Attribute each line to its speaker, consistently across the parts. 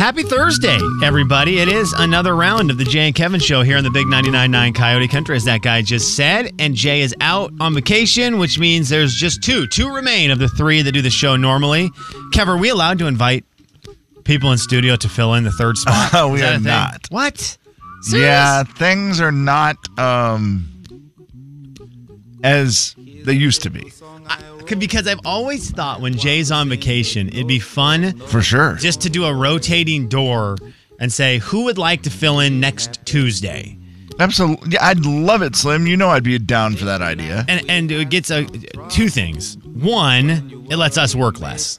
Speaker 1: Happy Thursday, everybody. It is another round of the Jay and Kevin show here on the Big 99.9 Coyote Country, as that guy just said. And Jay is out on vacation, which means there's just two. Two remain of the three that do the show normally. Kev, are we allowed to invite people in studio to fill in the third spot?
Speaker 2: Oh,
Speaker 1: Is
Speaker 2: we
Speaker 1: that
Speaker 2: are
Speaker 1: a thing?
Speaker 2: not.
Speaker 1: What?
Speaker 2: Yeah, things are not um as they used to be.
Speaker 1: Could- Because I've always thought when Jay's on vacation, it'd be fun
Speaker 2: For sure.
Speaker 1: just to do a rotating door and say, who would like to fill in next Tuesday?
Speaker 2: Absolutely. Yeah, I'd love it, Slim. You know I'd be down for that idea.
Speaker 1: and and it gets a, two things. One, it lets us work less.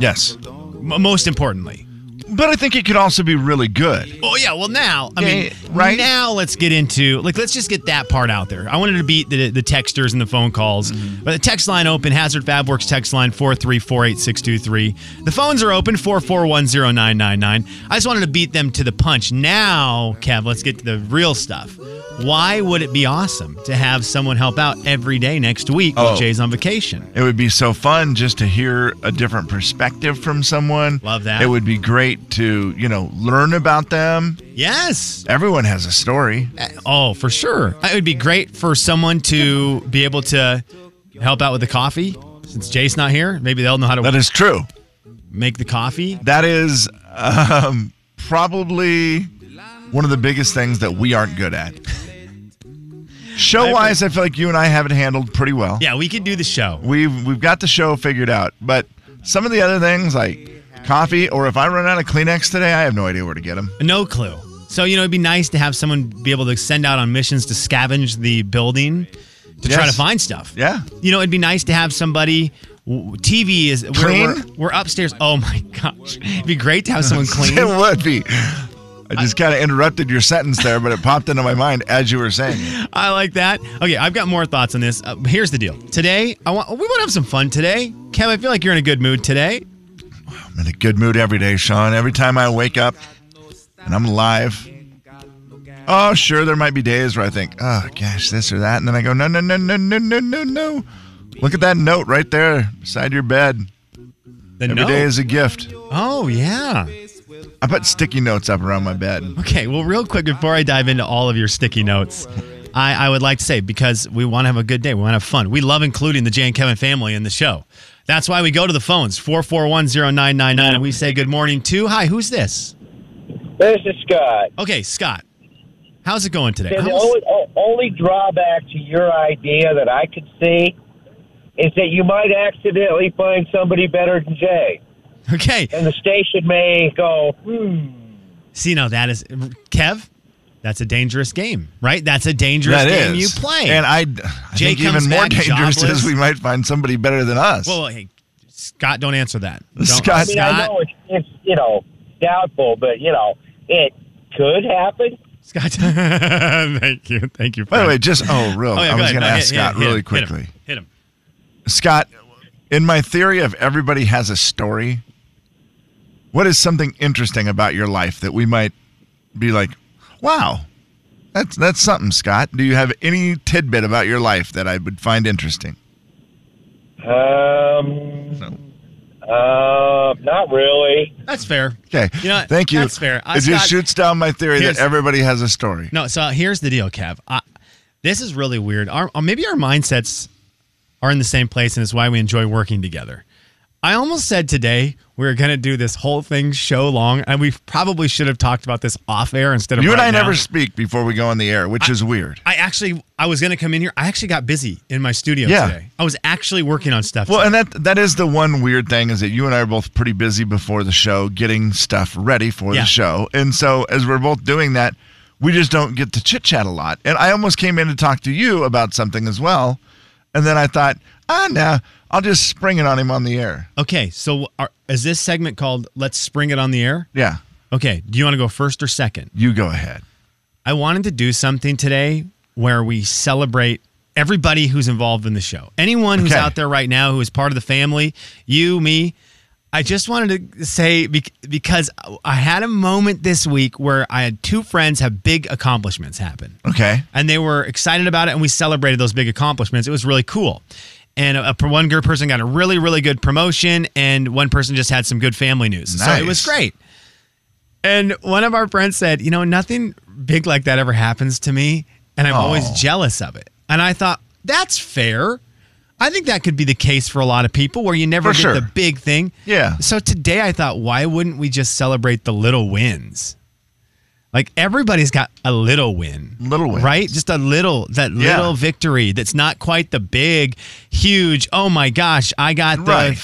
Speaker 2: Yes.
Speaker 1: M- most importantly.
Speaker 2: But I think it could also be really good.
Speaker 1: Oh yeah. Well, now I mean,
Speaker 2: Yeah, right?
Speaker 1: now let's get into like let's just get that part out there. I wanted to beat the the texters and the phone calls,
Speaker 2: Mm-hmm.
Speaker 1: but the text line open Hazard FabWorks text line four three four eight six two three. The phones are open four four one zero nine nine nine. I just wanted to beat them to the punch. Now, Kev, let's get to the real stuff. Why would it be awesome to have someone help out every day next week while
Speaker 2: Oh.
Speaker 1: Jay's on vacation?
Speaker 2: It would be so fun just to hear a different perspective from someone.
Speaker 1: Love that.
Speaker 2: It would be great to, you know, learn about them.
Speaker 1: Yes.
Speaker 2: Everyone has a story.
Speaker 1: Oh, for sure. It would be great for someone to be able to help out with the coffee. Since Jay's not here, maybe they'll know how to
Speaker 2: That is true.
Speaker 1: make the coffee.
Speaker 2: That is um, probably one of the biggest things that we aren't good at. Show wise, I feel like you and I have it handled pretty well.
Speaker 1: Yeah, we could do the show.
Speaker 2: We've we've got the show figured out, but some of the other things like coffee or if I run out of Kleenex today, I have no idea where to get them.
Speaker 1: No clue. So, you know, it'd be nice to have someone be able to send out on missions to scavenge the building to try
Speaker 2: Yes.
Speaker 1: to find stuff.
Speaker 2: Yeah.
Speaker 1: You know, it'd be nice to have somebody. w- TV is we're-
Speaker 2: Clean?
Speaker 1: We're, we're upstairs. Oh my gosh. It'd be great to have someone clean.
Speaker 2: It would be. I just kind of interrupted your sentence there, but it popped into my mind as you were saying it.
Speaker 1: I like that. Okay, I've got more thoughts on this. Uh, here's the deal. Today, I want we want to have some fun today. Kev, I feel like you're in a good mood today.
Speaker 2: I'm in a good mood every day, Sean. Every time I wake up and I'm alive. Oh, sure, there might be days where I think, oh gosh, this or that, and then I go, no, no, no, no, no, no, no, no. Look at that note right there beside your bed.
Speaker 1: The
Speaker 2: Every day
Speaker 1: note.
Speaker 2: is a gift.
Speaker 1: oh yeah.
Speaker 2: I put sticky notes up around my bed.
Speaker 1: Okay. Well, real quick before I dive into all of your sticky notes, I, I would like to say because we want to have a good day, we want to have fun. We love including the Jay and Kevin family in the show. That's why we go to the phones four four one zero nine nine nine, and we say good morning to. Hi, who's this?
Speaker 3: This is Scott.
Speaker 1: Okay, Scott. How's it going today?
Speaker 3: The
Speaker 1: How's-
Speaker 3: only, o- only drawback to your idea that I could see is that you might accidentally find somebody better than Jay,
Speaker 1: okay.
Speaker 3: and the station may go, hmm.
Speaker 1: See, now that is Kev. That's a dangerous game, right? That's a dangerous
Speaker 2: That
Speaker 1: game
Speaker 2: is.
Speaker 1: you play.
Speaker 2: And I, I
Speaker 1: Jay
Speaker 2: think
Speaker 1: comes
Speaker 2: even more
Speaker 1: back
Speaker 2: dangerous
Speaker 1: jobless.
Speaker 2: is we might find somebody better than us.
Speaker 1: well, hey, Scott, don't answer that. Don't-
Speaker 2: Scott- I
Speaker 3: I mean, I know it's, it's you know doubtful, but you know it could happen.
Speaker 1: Scott, thank you, thank you.
Speaker 2: By the
Speaker 1: friend.
Speaker 2: way, just oh, real.
Speaker 1: uh, Oh, yeah,
Speaker 2: I
Speaker 1: go
Speaker 2: was
Speaker 1: ahead.
Speaker 2: going to
Speaker 1: No,
Speaker 2: ask
Speaker 1: hit- hit- hit
Speaker 2: Scott
Speaker 1: him,
Speaker 2: really
Speaker 1: hit him,
Speaker 2: quickly.
Speaker 1: Hit him.
Speaker 2: Scott, in my theory of everybody has a story, what is something interesting about your life that we might be like, wow, that's that's something, Scott. Do you have any tidbit about your life that I would find interesting?
Speaker 3: Um,
Speaker 2: No.
Speaker 3: uh, not really.
Speaker 1: That's fair.
Speaker 2: Okay.
Speaker 1: You know what?
Speaker 2: Thank you.
Speaker 1: That's fair. I-
Speaker 2: it just
Speaker 1: Scott-
Speaker 2: shoots down my theory
Speaker 1: Here's-
Speaker 2: that everybody has a story.
Speaker 1: No, so uh, here's the deal, Kev. I, this is really uh, weird. Our, or maybe our mindsets are in the same place, and it's why we enjoy working together. I almost said today we are going to do this whole thing show long, and we probably should have talked about this off air instead of
Speaker 2: You and
Speaker 1: right
Speaker 2: I
Speaker 1: now.
Speaker 2: never speak before we go on the air, which is weird.
Speaker 1: I actually, I was going to come in here. I actually got busy in my studio
Speaker 2: Yeah.
Speaker 1: today. I was actually working on stuff.
Speaker 2: Well, and that that is the one weird thing is that you and I are both pretty busy before the show, getting stuff ready for
Speaker 1: Yeah.
Speaker 2: the show, and so as we're both doing that, we just don't get to chit chat a lot. And I almost came in to talk to you about something as well, and then I thought, ah, nah, I'll just spring it on him on the air.
Speaker 1: okay, so are, is this segment called "Let's Spring It on the Air"?
Speaker 2: Yeah,
Speaker 1: Okay, do you want to go first or second?
Speaker 2: you go ahead.
Speaker 1: I wanted to do something today where we celebrate everybody who's involved in the show. Anyone who's
Speaker 2: Okay.
Speaker 1: out there right now who is part of the family, you, me. I just wanted to say bec- because I had a moment this week where I had two friends have big accomplishments happen
Speaker 2: Okay,
Speaker 1: and they were excited about it and we celebrated those big accomplishments it was really cool and a, a- one good person got a really really good promotion and one person just had some good family news so it was
Speaker 2: Nice.
Speaker 1: great and one of our friends said you know nothing big like that ever happens to me and i'm always
Speaker 2: Aw.
Speaker 1: jealous of it and i thought that's fair I think that could be the case for a lot of people where you never
Speaker 2: For
Speaker 1: get
Speaker 2: sure.
Speaker 1: the big thing.
Speaker 2: Yeah.
Speaker 1: So today I thought, why wouldn't we just celebrate the little wins? Like everybody's got a little win.
Speaker 2: Little wins.
Speaker 1: Right? Just a little, that
Speaker 2: Yeah.
Speaker 1: little victory that's not quite the big, huge, oh my gosh, I got the
Speaker 2: Right.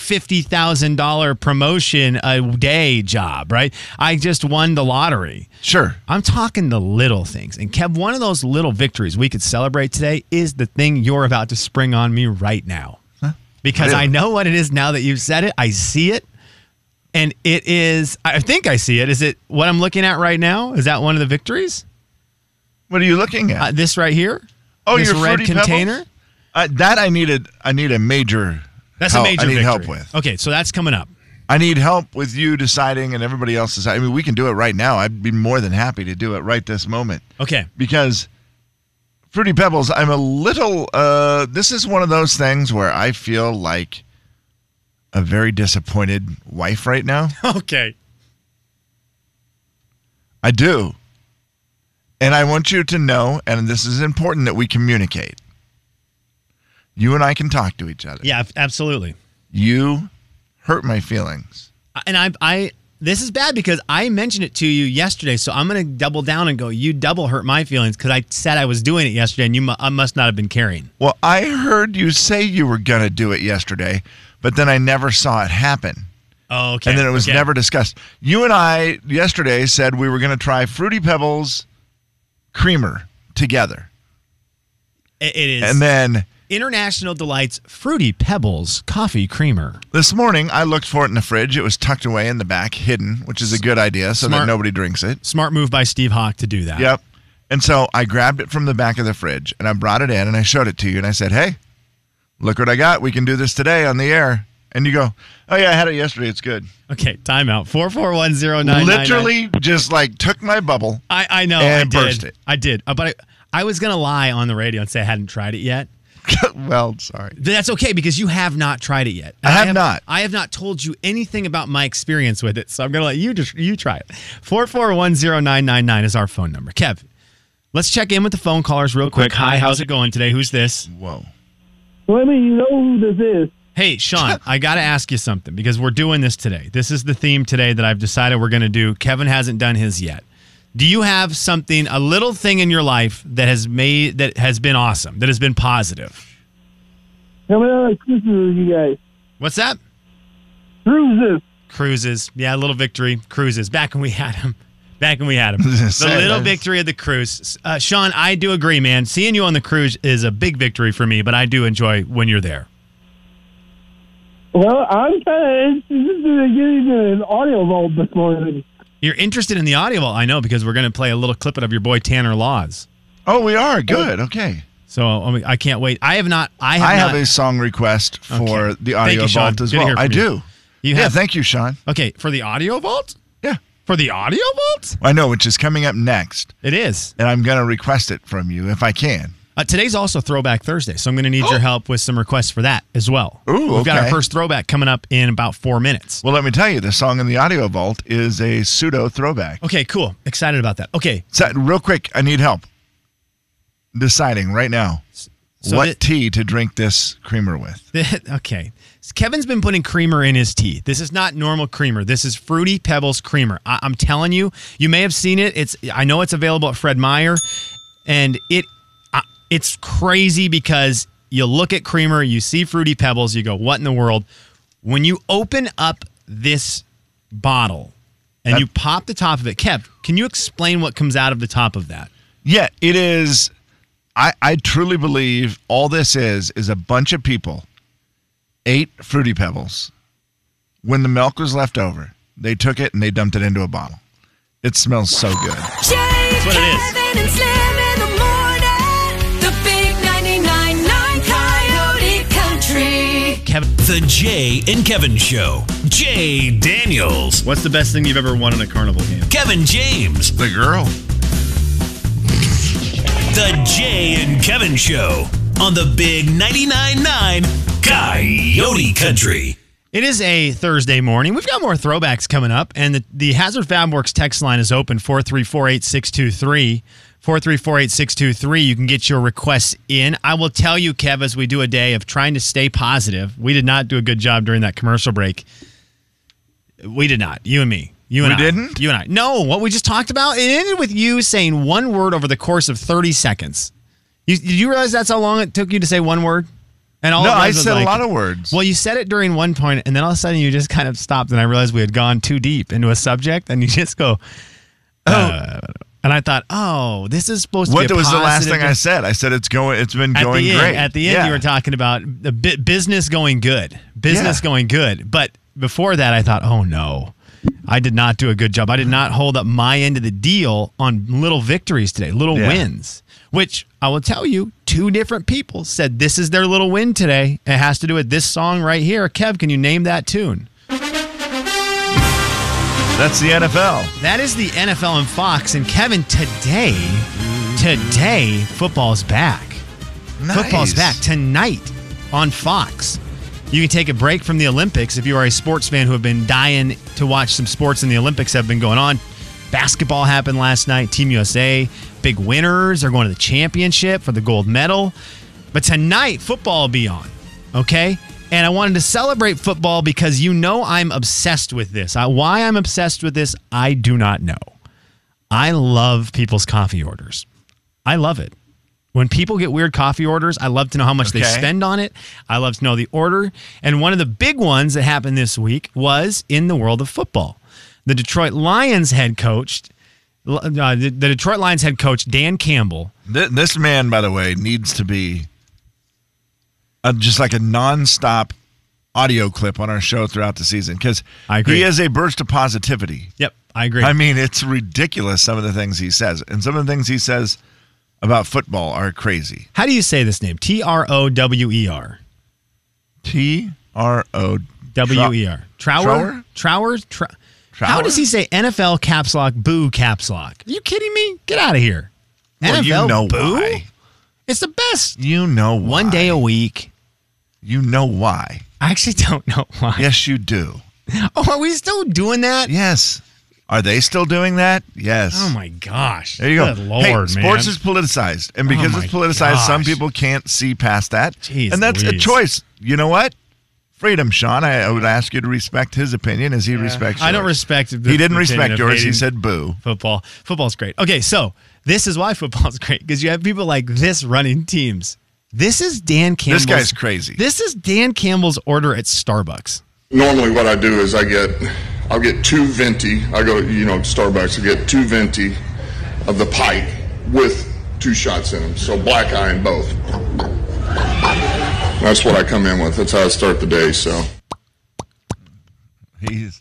Speaker 1: $50,000 promotion a day job, right? I just won the lottery.
Speaker 2: sure.
Speaker 1: I'm talking the little things. And Kev, one of those little victories we could celebrate today is the thing you're about to spring on me right now. Because
Speaker 2: Really?
Speaker 1: I know what it is now that you've said it. I see it. And it is, I think I see it. Is it what I'm looking at right now? Is that one of the victories?
Speaker 2: What are you looking at?
Speaker 1: Uh, this right here?
Speaker 2: oh,
Speaker 1: this
Speaker 2: your
Speaker 1: red
Speaker 2: Fruity Pebbles?
Speaker 1: container?
Speaker 2: Uh, that I needed. I need a major.
Speaker 1: That's
Speaker 2: help-
Speaker 1: a major
Speaker 2: Oh, I need
Speaker 1: victory.
Speaker 2: help with.
Speaker 1: Okay, so that's coming up.
Speaker 2: I need help with you deciding and everybody else deciding. I mean, we can do it right now. I'd be more than happy to do it right this moment
Speaker 1: Okay.
Speaker 2: because Fruity Pebbles, I'm a little, uh, this is one of those things where I feel like a very disappointed wife right now.
Speaker 1: Okay.
Speaker 2: I do. And I want you to know, and this is important that we communicate. You and I can talk to each other.
Speaker 1: Yeah, f- absolutely.
Speaker 2: You hurt my feelings.
Speaker 1: and I, I this is bad because I mentioned it to you yesterday, so I'm gonna double down and go. You double hurt my feelings because I said I was doing it yesterday, and you mu- I must not have been caring.
Speaker 2: Well, I heard you say you were going to do it yesterday, but then I never saw it happen.
Speaker 1: Oh, okay.
Speaker 2: and then it was never discussed. You and I yesterday said we were going to try Fruity Pebbles creamer together.
Speaker 1: It- it is.
Speaker 2: And then
Speaker 1: International Delights Fruity Pebbles Coffee Creamer.
Speaker 2: this morning I looked for it in the fridge. It was tucked away in the back, hidden, which is a good idea so
Speaker 1: Smart.
Speaker 2: that nobody drinks it.
Speaker 1: Smart move by Steve Hawk to do that.
Speaker 2: Yep. And so I grabbed it from the back of the fridge and I brought it in and I showed it to you and I said, "Hey, look what I got. We can do this today on the air." And you go, "Oh yeah, I had it yesterday. It's good."
Speaker 1: Okay. Timeout. Four four one zero nine.
Speaker 2: Literally just like took my bubble.
Speaker 1: I, I know.
Speaker 2: and
Speaker 1: I did.
Speaker 2: burst it.
Speaker 1: I did. Uh, But I, I was gonna lie on the radio and say I hadn't tried it yet.
Speaker 2: well, sorry.
Speaker 1: But That's okay because you have not tried it yet.
Speaker 2: I have not.
Speaker 1: I have not told you anything about my experience with it, so I'm gonna let you just you try it. Four four one zero nine nine nine is our phone number. Kev, let's check in with the phone callers real quick. Hi, how's it going today? Who's this?
Speaker 2: Whoa.
Speaker 4: Let me know who this is.
Speaker 1: Hey, Sean, I gotta ask you something because we're doing this today. This is the theme today that I've decided we're gonna do. Kevin hasn't done his yet. Do you have something, a little thing in your life that has made that has been awesome, that has been positive?
Speaker 4: Coming out like cruises with you guys.
Speaker 1: What's that?
Speaker 4: Cruises.
Speaker 1: cruises. Yeah, a little victory. Cruises. Back when we had him. Back when we had him. the
Speaker 2: Say
Speaker 1: little
Speaker 2: that.
Speaker 1: victory of the cruise. Uh, Sean, I do agree, man. Seeing you on the cruise is a big victory for me, but I do enjoy when you're there.
Speaker 4: Well, I'm kind of interested in getting an audio vault this morning.
Speaker 1: You're interested in the audio, well, I know, because we're going to play a little clip of your boy Tanner Laws.
Speaker 2: Oh, we are good. Okay.
Speaker 1: So I, mean, I can't wait. I have not. I have,
Speaker 2: I have
Speaker 1: not,
Speaker 2: a song request for
Speaker 1: Okay.
Speaker 2: the
Speaker 1: Thank
Speaker 2: audio
Speaker 1: you, Sean.
Speaker 2: vault as
Speaker 1: Good to
Speaker 2: well.
Speaker 1: hear from
Speaker 2: I
Speaker 1: you.
Speaker 2: do.
Speaker 1: You
Speaker 2: yeah,
Speaker 1: have.
Speaker 2: thank you, Sean.
Speaker 1: okay, for the audio vault.
Speaker 2: Yeah,
Speaker 1: For the audio vault,
Speaker 2: I know, which is coming up next,
Speaker 1: it is.
Speaker 2: and I'm gonna request it from you if I can.
Speaker 1: Uh, today's also Throwback Thursday, so I'm going to need your help with some requests for that as well.
Speaker 2: Oh. Ooh,
Speaker 1: We've got our
Speaker 2: okay.
Speaker 1: first throwback coming up in about four minutes.
Speaker 2: Well, let me tell you, the song in the audio vault is a pseudo throwback.
Speaker 1: Okay, cool. Excited about that. Okay,
Speaker 2: So, real quick, I need help deciding right now.
Speaker 1: So
Speaker 2: what
Speaker 1: thi-
Speaker 2: tea to drink this creamer with?
Speaker 1: okay. Kevin's been putting creamer in his tea. This is not normal creamer. This is Fruity Pebbles creamer. I- I'm telling you, you may have seen it. It's I know it's available at Fred Meyer, and it I it's crazy because you look at creamer, you see Fruity Pebbles, you go, "What in the world?" When you open up this bottle and
Speaker 2: That-
Speaker 1: you pop the top of it, Kev, can you explain what comes out of the top of that?
Speaker 2: Yeah, it is. I, I truly believe all this is is a bunch of people ate fruity pebbles. When the milk was left over, they took it and they dumped it into a bottle. It smells so good.
Speaker 5: Jay,
Speaker 1: what it is.
Speaker 5: Kevin, and Slim in the morning. The big 99.9 Coyote Country.
Speaker 1: Kevin,
Speaker 6: The Jay and Kevin Show. Jay Daniels.
Speaker 1: what's the best thing you've ever won in a carnival game?
Speaker 6: Kevin James.
Speaker 2: The girl.
Speaker 6: The Jay and Kevin Show. On the big 99.9 9 Coyote Country.
Speaker 1: It is a Thursday morning. We've got more throwbacks coming up, and the, the Hazard Fabworks text line is open 4348623. 4348623. You can get your requests in. I will tell you, Kev, as we do a day of trying to stay positive, we did not do a good job during that commercial break. We did not. You and me. You and
Speaker 2: We
Speaker 1: I.
Speaker 2: didn't?
Speaker 1: You and I. No, what we just talked about, it ended with you saying one word over the course of 30 seconds. You, did you realize that's how long it took you to say one word? And all
Speaker 2: No,
Speaker 1: it was
Speaker 2: I
Speaker 1: was
Speaker 2: said a
Speaker 1: like-
Speaker 2: lot of words.
Speaker 1: well, you said it during one point, and then all of a sudden you just kind of stopped, and I realized we had gone too deep into a subject, and you just go, "Oh," and I thought, "Oh, this is supposed
Speaker 2: Uh, what
Speaker 1: to." be a
Speaker 2: was the last
Speaker 1: positive-
Speaker 2: thing I said? I said it's going. It's been
Speaker 1: at
Speaker 2: going
Speaker 1: the
Speaker 2: great.
Speaker 1: End, at the end,
Speaker 2: Yeah.
Speaker 1: you were talking about the bu- business going good, business
Speaker 2: Yeah.
Speaker 1: going good. But before that, I thought, "Oh no." I did not do a good job. I did not hold up my end of the deal on little victories today, little
Speaker 2: Yeah.
Speaker 1: wins, which I will tell you, two different people said this is their little win today. It has to do with this song right here. Kev, can you name that tune?
Speaker 2: That's the NFL.
Speaker 1: That is the NFL and Fox. And Kevin, today, today, football's back. Football's back
Speaker 2: Nice.
Speaker 1: tonight on Fox. You can take a break from the Olympics if you are a sports fan who have been dying to watch some sports, and the Olympics have been going on. Basketball happened last night. Team USA, big winners, are going to the championship for the gold medal. But tonight, football will be on, okay? And I wanted to celebrate football because you know I'm obsessed with this. I, why I'm obsessed with this, I do not know. I love people's coffee orders. I love it. When people get weird coffee orders, I love to know how much they
Speaker 2: Okay.
Speaker 1: spend on it. I love to know the order. And one of the big ones that happened this week was in the world of football. The Detroit Lions head coach, uh, the the Detroit Lions head coach Dan Campbell.
Speaker 2: Th- this man, by the way, needs to be a, just like a nonstop audio clip on our show throughout the season because
Speaker 1: I agree.
Speaker 2: he is a burst of positivity.
Speaker 1: Yep, I agree.
Speaker 2: I mean, it's ridiculous some of the things he says, and some of the things he says about football are crazy.
Speaker 1: how do you say this name? T R O W E R.
Speaker 2: T R O
Speaker 1: W E R. Trower? Trower? Trower? How
Speaker 2: Trower?
Speaker 1: does he say NFL caps lock, boo caps lock? Are you kidding me? Get out of here.
Speaker 2: Well, you
Speaker 1: NFL
Speaker 2: know
Speaker 1: boo?
Speaker 2: why.
Speaker 1: It's the best.
Speaker 2: You know why.
Speaker 1: One day a week.
Speaker 2: You know why.
Speaker 1: I actually don't know why.
Speaker 2: Yes, you do.
Speaker 1: Oh, are we still doing that?
Speaker 2: Yes. Are they still doing that? Yes.
Speaker 1: Oh my gosh.
Speaker 2: There you go.
Speaker 1: Good Lord,
Speaker 2: hey,
Speaker 1: man.
Speaker 2: sports is politicized, and because
Speaker 1: Oh
Speaker 2: it's
Speaker 1: my
Speaker 2: politicized, some
Speaker 1: gosh.
Speaker 2: people can't see past that,
Speaker 1: Jeez
Speaker 2: and that's a
Speaker 1: Louise.
Speaker 2: choice. You know what? Freedom, Sean. I, I would ask you to respect his opinion as he respects. Yours.
Speaker 1: I don't respect. The,
Speaker 2: He didn't
Speaker 1: the opinion
Speaker 2: respect
Speaker 1: of
Speaker 2: yours. He
Speaker 1: hating
Speaker 2: said boo.
Speaker 1: football. Football's great. Okay, so this is why football's great because you have people like this running teams. This is Dan Campbell's.
Speaker 2: guy's crazy.
Speaker 1: This is Dan Campbell's order at Starbucks.
Speaker 7: normally what I do is I get I'll get two venti. I go to you know Starbucks. I get two venti of the pike with two shots in them. So black eye in both. That's what I come in with. That's how I start the day. So.
Speaker 2: He's,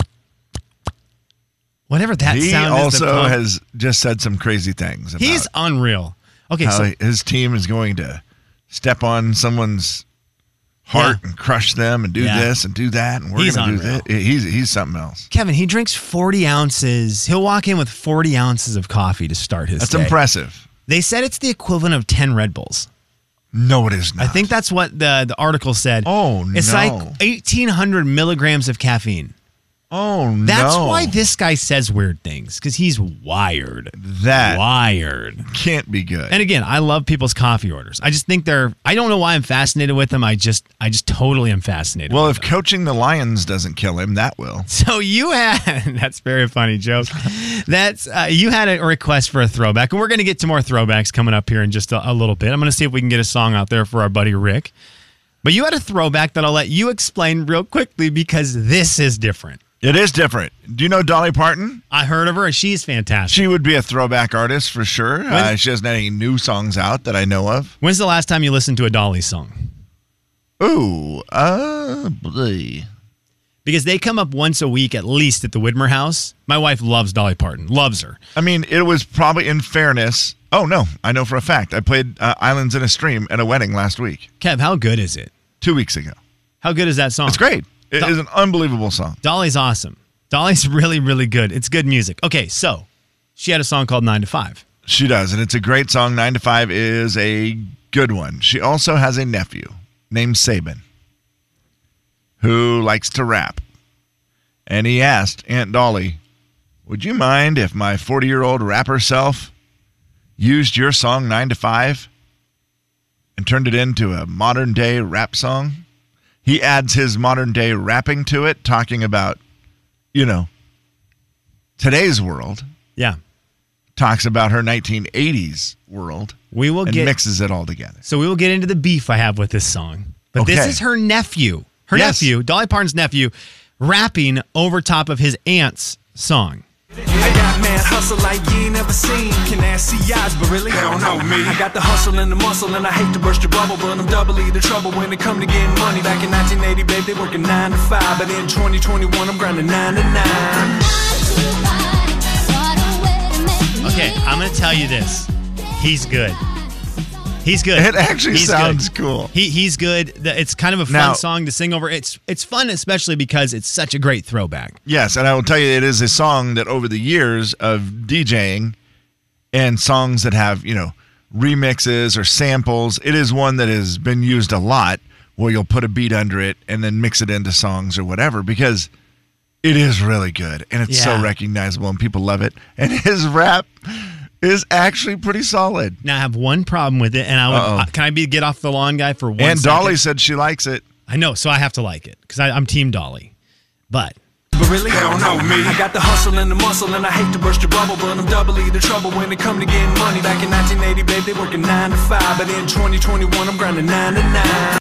Speaker 1: Whatever that
Speaker 2: he
Speaker 1: sound is. the
Speaker 2: also
Speaker 1: pump-
Speaker 2: has just said some crazy things. About
Speaker 1: He's unreal. Okay,
Speaker 2: how
Speaker 1: so
Speaker 2: his team is going to step on someone's heart
Speaker 1: Yeah.
Speaker 2: and crush them, and do
Speaker 1: Yeah.
Speaker 2: this and do that, and we're
Speaker 1: He's
Speaker 2: going to do
Speaker 1: unreal.
Speaker 2: this. He's he's something else.
Speaker 1: Kevin, he drinks 40 ounces. He'll walk in with 40 ounces of coffee to start his
Speaker 2: That's
Speaker 1: day.
Speaker 2: impressive.
Speaker 1: They said it's the equivalent of 10 Red Bulls.
Speaker 2: No, it is not.
Speaker 1: I think that's what the, the article said.
Speaker 2: Oh,
Speaker 1: It's
Speaker 2: no.
Speaker 1: like 1,800 milligrams of caffeine.
Speaker 2: Oh no.
Speaker 1: That's why this guy says weird things because he's wired. That wired
Speaker 2: can't be good.
Speaker 1: And again, I love people's coffee orders. I just think they're. I don't know why I'm fascinated with them. I just, I just totally am fascinated.
Speaker 2: Well, if coaching the Lions doesn't kill him, that will.
Speaker 1: So you had that's very funny joke. That's uh, you had a request for a throwback, and we're going to get to more throwbacks coming up here in just a, a little bit. I'm going to see if we can get a song out there for our buddy Rick. But you had a throwback that I'll let you explain real quickly because this is different.
Speaker 2: It is different. Do you know Dolly Parton?
Speaker 1: I heard of her. She's fantastic.
Speaker 2: She would be a throwback artist for sure. Uh, she hasn't had any new songs out that I know of.
Speaker 1: When's the last time you listened to a Dolly song?
Speaker 2: Ooh, uh, bleh.
Speaker 1: Because they come up once a week at least at the Widmer House. My wife loves Dolly Parton, loves her.
Speaker 2: I mean, it was probably in fairness. Oh no, I know for a fact. I played uh, Islands in a Stream at a wedding last week.
Speaker 1: Kev, how good is it?
Speaker 2: Two weeks ago.
Speaker 1: How good is that song?
Speaker 2: It's great. It is
Speaker 1: Do-
Speaker 2: an unbelievable song.
Speaker 1: Dolly's awesome. Dolly's really, really good. It's good music. Okay, so she had a song called Nine to Five.
Speaker 2: She does, and it's a great song. Nine to Five is a good one. She also has a nephew named Saban who likes to rap. And he asked Aunt Dolly, Would you mind if my 40 year old rapper self used your song Nine to Five and turned it into a modern day rap song? He adds his modern day rapping to it, talking about, you know, today's world
Speaker 1: Yeah.
Speaker 2: talks about her 1980s world.
Speaker 1: We will
Speaker 2: and
Speaker 1: get-
Speaker 2: mixes it all together.
Speaker 1: So we will get into the beef I have with this song. But this
Speaker 2: Okay.
Speaker 1: is her nephew, her
Speaker 2: Yes.
Speaker 1: nephew, Dolly Parton's nephew, rapping over top of his aunt's song.
Speaker 8: I got mad hustle like you ain't never seen. Can ask see eyes, but really I don't know me. I got the hustle and the muscle, and I hate to burst your bubble, but I'm doubly the trouble when it come to getting money. Back in 1980, babe, they working nine to five, but in 2021, I'm grinding nine to nine.
Speaker 1: Okay, I'm going to tell you this. He's good. He's good.
Speaker 2: It actually
Speaker 1: He's
Speaker 2: sounds
Speaker 1: good.
Speaker 2: cool.
Speaker 1: He he's good. The- It's kind of a fun
Speaker 2: Now-
Speaker 1: song to sing over. It's it's fun especially because it's such a great throwback.
Speaker 2: Yes, and I will tell you, it is a song that over the years of DJing and songs that have, you know, remixes or samples, it is one that has been used a lot where you'll put a beat under it and then mix it into songs or whatever because it is really good and it's
Speaker 1: Yeah.
Speaker 2: so recognizable and people love it. And his rap is actually pretty solid.
Speaker 1: Now I have one problem with it, and I
Speaker 2: Uh-oh.
Speaker 1: would, uh, can I be get off the lawn guy for one
Speaker 2: and
Speaker 1: second?
Speaker 2: Dolly said she likes it.
Speaker 1: I know, so I have to like it because I'm Team Dolly. But
Speaker 8: But really, I don't know me. I got the hustle and the muscle, and I hate to burst your bubble, but I'm doubly the trouble when it come to getting money. Back in 1980, babe, they working nine to five, but in 2021, I'm grinding nine to nine.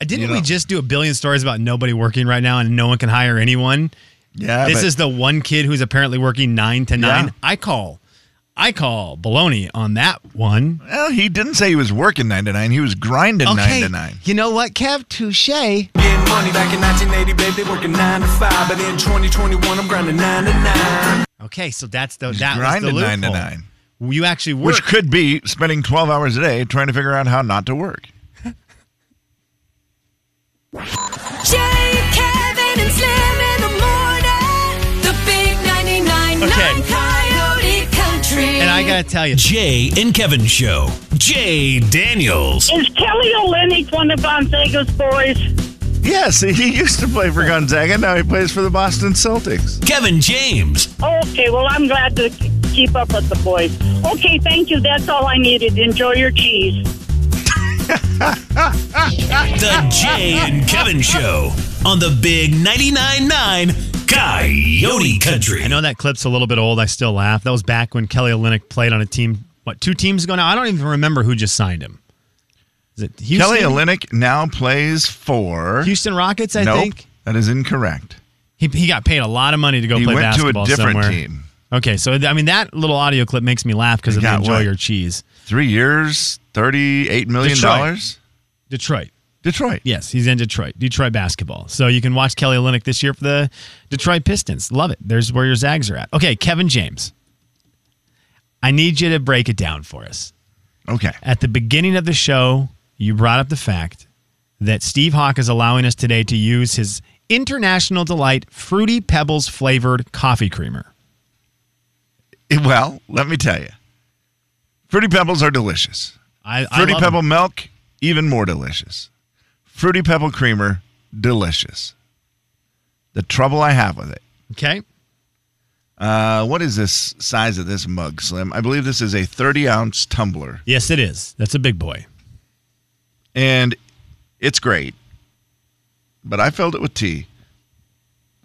Speaker 1: uh, didn't we just do a billion stories about nobody working right now and no one can hire anyone?
Speaker 2: Yeah,
Speaker 1: This
Speaker 2: but-
Speaker 1: is the one kid who's apparently working nine to nine. I call, I call baloney on that one.
Speaker 2: Well, he didn't say he was working nine to nine. He was grinding nine to nine.
Speaker 1: You know what, Kev? Touche.
Speaker 8: Getting money back in 1980, babe, they working nine to five, but in 2021, I'm grinding nine to nine.
Speaker 1: Okay, so that's the that was the
Speaker 2: grinding
Speaker 1: loophole.
Speaker 2: nine to nine.
Speaker 1: You actually work.
Speaker 2: Which could be spending 12 hours a day trying to figure out how not to work.
Speaker 5: Jay, Kevin, and Slim in the morning. The big 99.9
Speaker 6: Okay.
Speaker 5: Coyote Country.
Speaker 6: And I
Speaker 1: gotta tell you,
Speaker 6: Jay and Kevin Show. Jay Daniels.
Speaker 9: Is Kelly Olynyk one of Gonzaga's boys?
Speaker 2: Yeah, see, he used to play for Gonzaga. Now he plays for the Boston Celtics.
Speaker 6: Kevin James.
Speaker 9: Okay, well, I'm glad to keep up with the boys. Okay, thank you. That's all I needed. Enjoy your cheese.
Speaker 6: The Jay and Kevin Show on the Big 99.9 9 Coyote Country.
Speaker 1: I know that clip's a little bit old. I still laugh. That was back when Kelly Olynyk played on a team. What two teams ago now? I don't even remember who just signed him. Is it Houston?
Speaker 2: Kelly Olynyk now plays for
Speaker 1: Houston Rockets, I
Speaker 2: nope,
Speaker 1: think.
Speaker 2: That is incorrect.
Speaker 1: He, he got paid a lot of money to go
Speaker 2: He
Speaker 1: play
Speaker 2: went to a
Speaker 1: basketball
Speaker 2: different
Speaker 1: somewhere.
Speaker 2: team.
Speaker 1: Okay, so th- I mean that little audio clip makes me laugh because
Speaker 2: He
Speaker 1: of the
Speaker 2: got
Speaker 1: enjoy
Speaker 2: what?
Speaker 1: your cheese.
Speaker 2: Three years, $38 million?
Speaker 1: Detroit. Detroit.
Speaker 2: Detroit.
Speaker 1: Yes, he's in Detroit. Detroit basketball. So you can watch Kelly Olynyk this year for the Detroit Pistons. Love it. There's where your Zags are at. Okay, Kevin James. I need you to break it down for us.
Speaker 2: Okay.
Speaker 1: At the beginning of the show, you brought up the fact that Steve Hawk is allowing us today to use his international delight fruity pebbles flavored coffee creamer.
Speaker 2: Well, let me tell you. Fruity Pebbles are delicious.
Speaker 1: I, I
Speaker 2: Fruity
Speaker 1: love
Speaker 2: Pebble milk, even more delicious. Fruity Pebble creamer, delicious. the trouble I have with it.
Speaker 1: Okay.
Speaker 2: Uh, what is this size of this mug, Slim? I believe this is a 30 ounce tumbler.
Speaker 10: Yes, it is. That's a big boy.
Speaker 2: And it's great. But I filled it with tea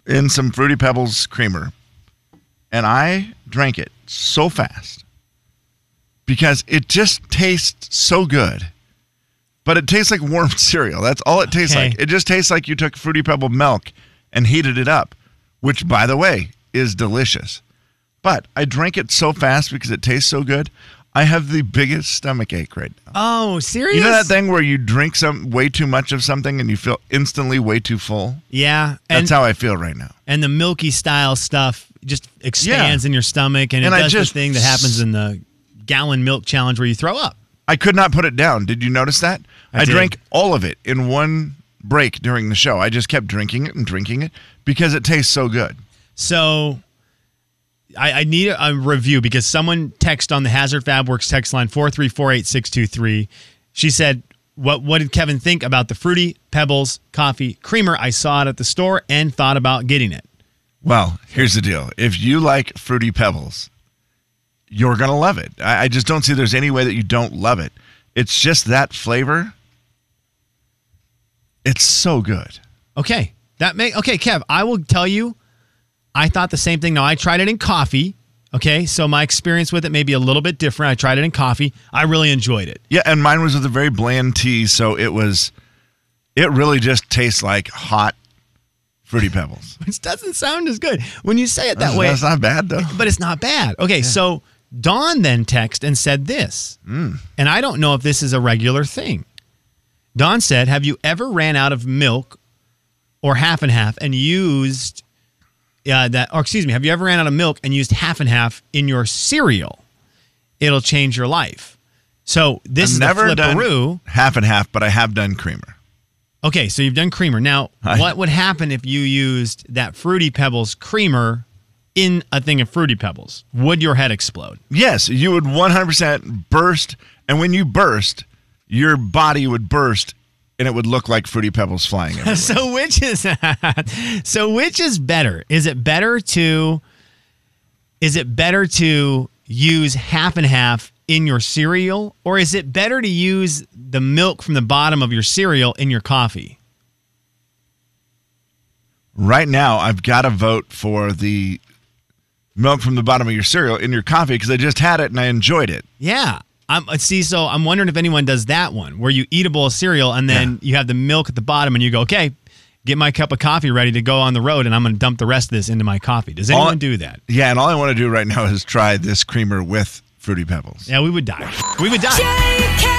Speaker 2: in some Fruity Pebbles creamer. And I drank it so fast because it just tastes so good. But it tastes like warm cereal. That's all it tastes
Speaker 10: Okay.
Speaker 2: like. It just tastes like you took Fruity Pebble milk and heated it up, which, by the way, is delicious. But I drank it so fast because it tastes so good. I have the biggest stomach ache right now.
Speaker 1: Oh, serious?
Speaker 2: You know that thing where you drink some way too much of something and you feel instantly way too full?
Speaker 1: Yeah.
Speaker 2: That's how I feel right now.
Speaker 1: And the milky style stuff just expands in your stomach and,
Speaker 2: And
Speaker 1: it
Speaker 2: I
Speaker 1: does
Speaker 2: just-
Speaker 1: the thing that happens in the gallon milk challenge where you throw up.
Speaker 2: I could not put it down. Did you notice that?
Speaker 1: I
Speaker 2: I,
Speaker 1: did.
Speaker 2: drank all of it in one break during the show. I just kept drinking it and drinking it because it tastes so good.
Speaker 1: So I, I need a review because someone texted on the Hazard Fabworks text line 4348623. She said, what, what did Kevin think about the Fruity Pebbles coffee creamer? I saw it at the store and thought about getting it.
Speaker 2: Well, here's the deal. If you like Fruity Pebbles, you're going to love it. I, I just don't see there's any way that you don't love it. It's just that flavor. It's so good.
Speaker 1: Okay. That may okay, Kev, I will tell you, I thought the same thing. Now I tried it in coffee. Okay. So my experience with it may be a little bit different. I tried it in coffee. I really enjoyed it.
Speaker 2: Yeah, and mine was with a very bland tea, so it was it really just tastes like hot fruity pebbles.
Speaker 1: Which doesn't sound as good when you say it that way.
Speaker 2: That's not bad though.
Speaker 1: But it's not bad. Okay, so Dawn then texted and said this,
Speaker 2: Mm.
Speaker 1: and I don't know if this is a regular thing. Dawn said, "Have you ever ran out of milk, or half and half, and used uh, that? Or excuse me, have you ever ran out of milk and used half and half in your cereal? It'll change your life." So this
Speaker 2: I've
Speaker 1: is
Speaker 2: never
Speaker 1: the flipperoo.
Speaker 2: done half and half, but I have done creamer.
Speaker 1: Okay, so you've done creamer. Now,
Speaker 2: I-
Speaker 1: what would happen if you used that Fruity Pebbles creamer in a thing of Fruity Pebbles? Would your head explode?
Speaker 2: Yes, you would 100% burst, and when you burst, your body would burst, and it would look like fruity pebbles flying. everywhere.
Speaker 1: so which is so which is better? Is it better to is it better to use half and half in your cereal or is it better to use the milk from the bottom of your cereal in your coffee?
Speaker 2: right now, I've got to vote for the milk from the bottom of your cereal in your coffee because I just had it and I enjoyed it.
Speaker 1: Yeah. I'm uh, see so I'm wondering if anyone does that one where you eat a bowl of cereal and then you have the milk at the bottom and you go, "Okay, get my cup of coffee ready to go on the road and I'm going to dump the rest of this into my coffee." Does anyone
Speaker 2: All-
Speaker 1: do that?
Speaker 2: Yeah, and all I want to do right now is try this creamer with fruity pebbles.
Speaker 1: Yeah, we would die. We would die.
Speaker 5: Jay, Kevin,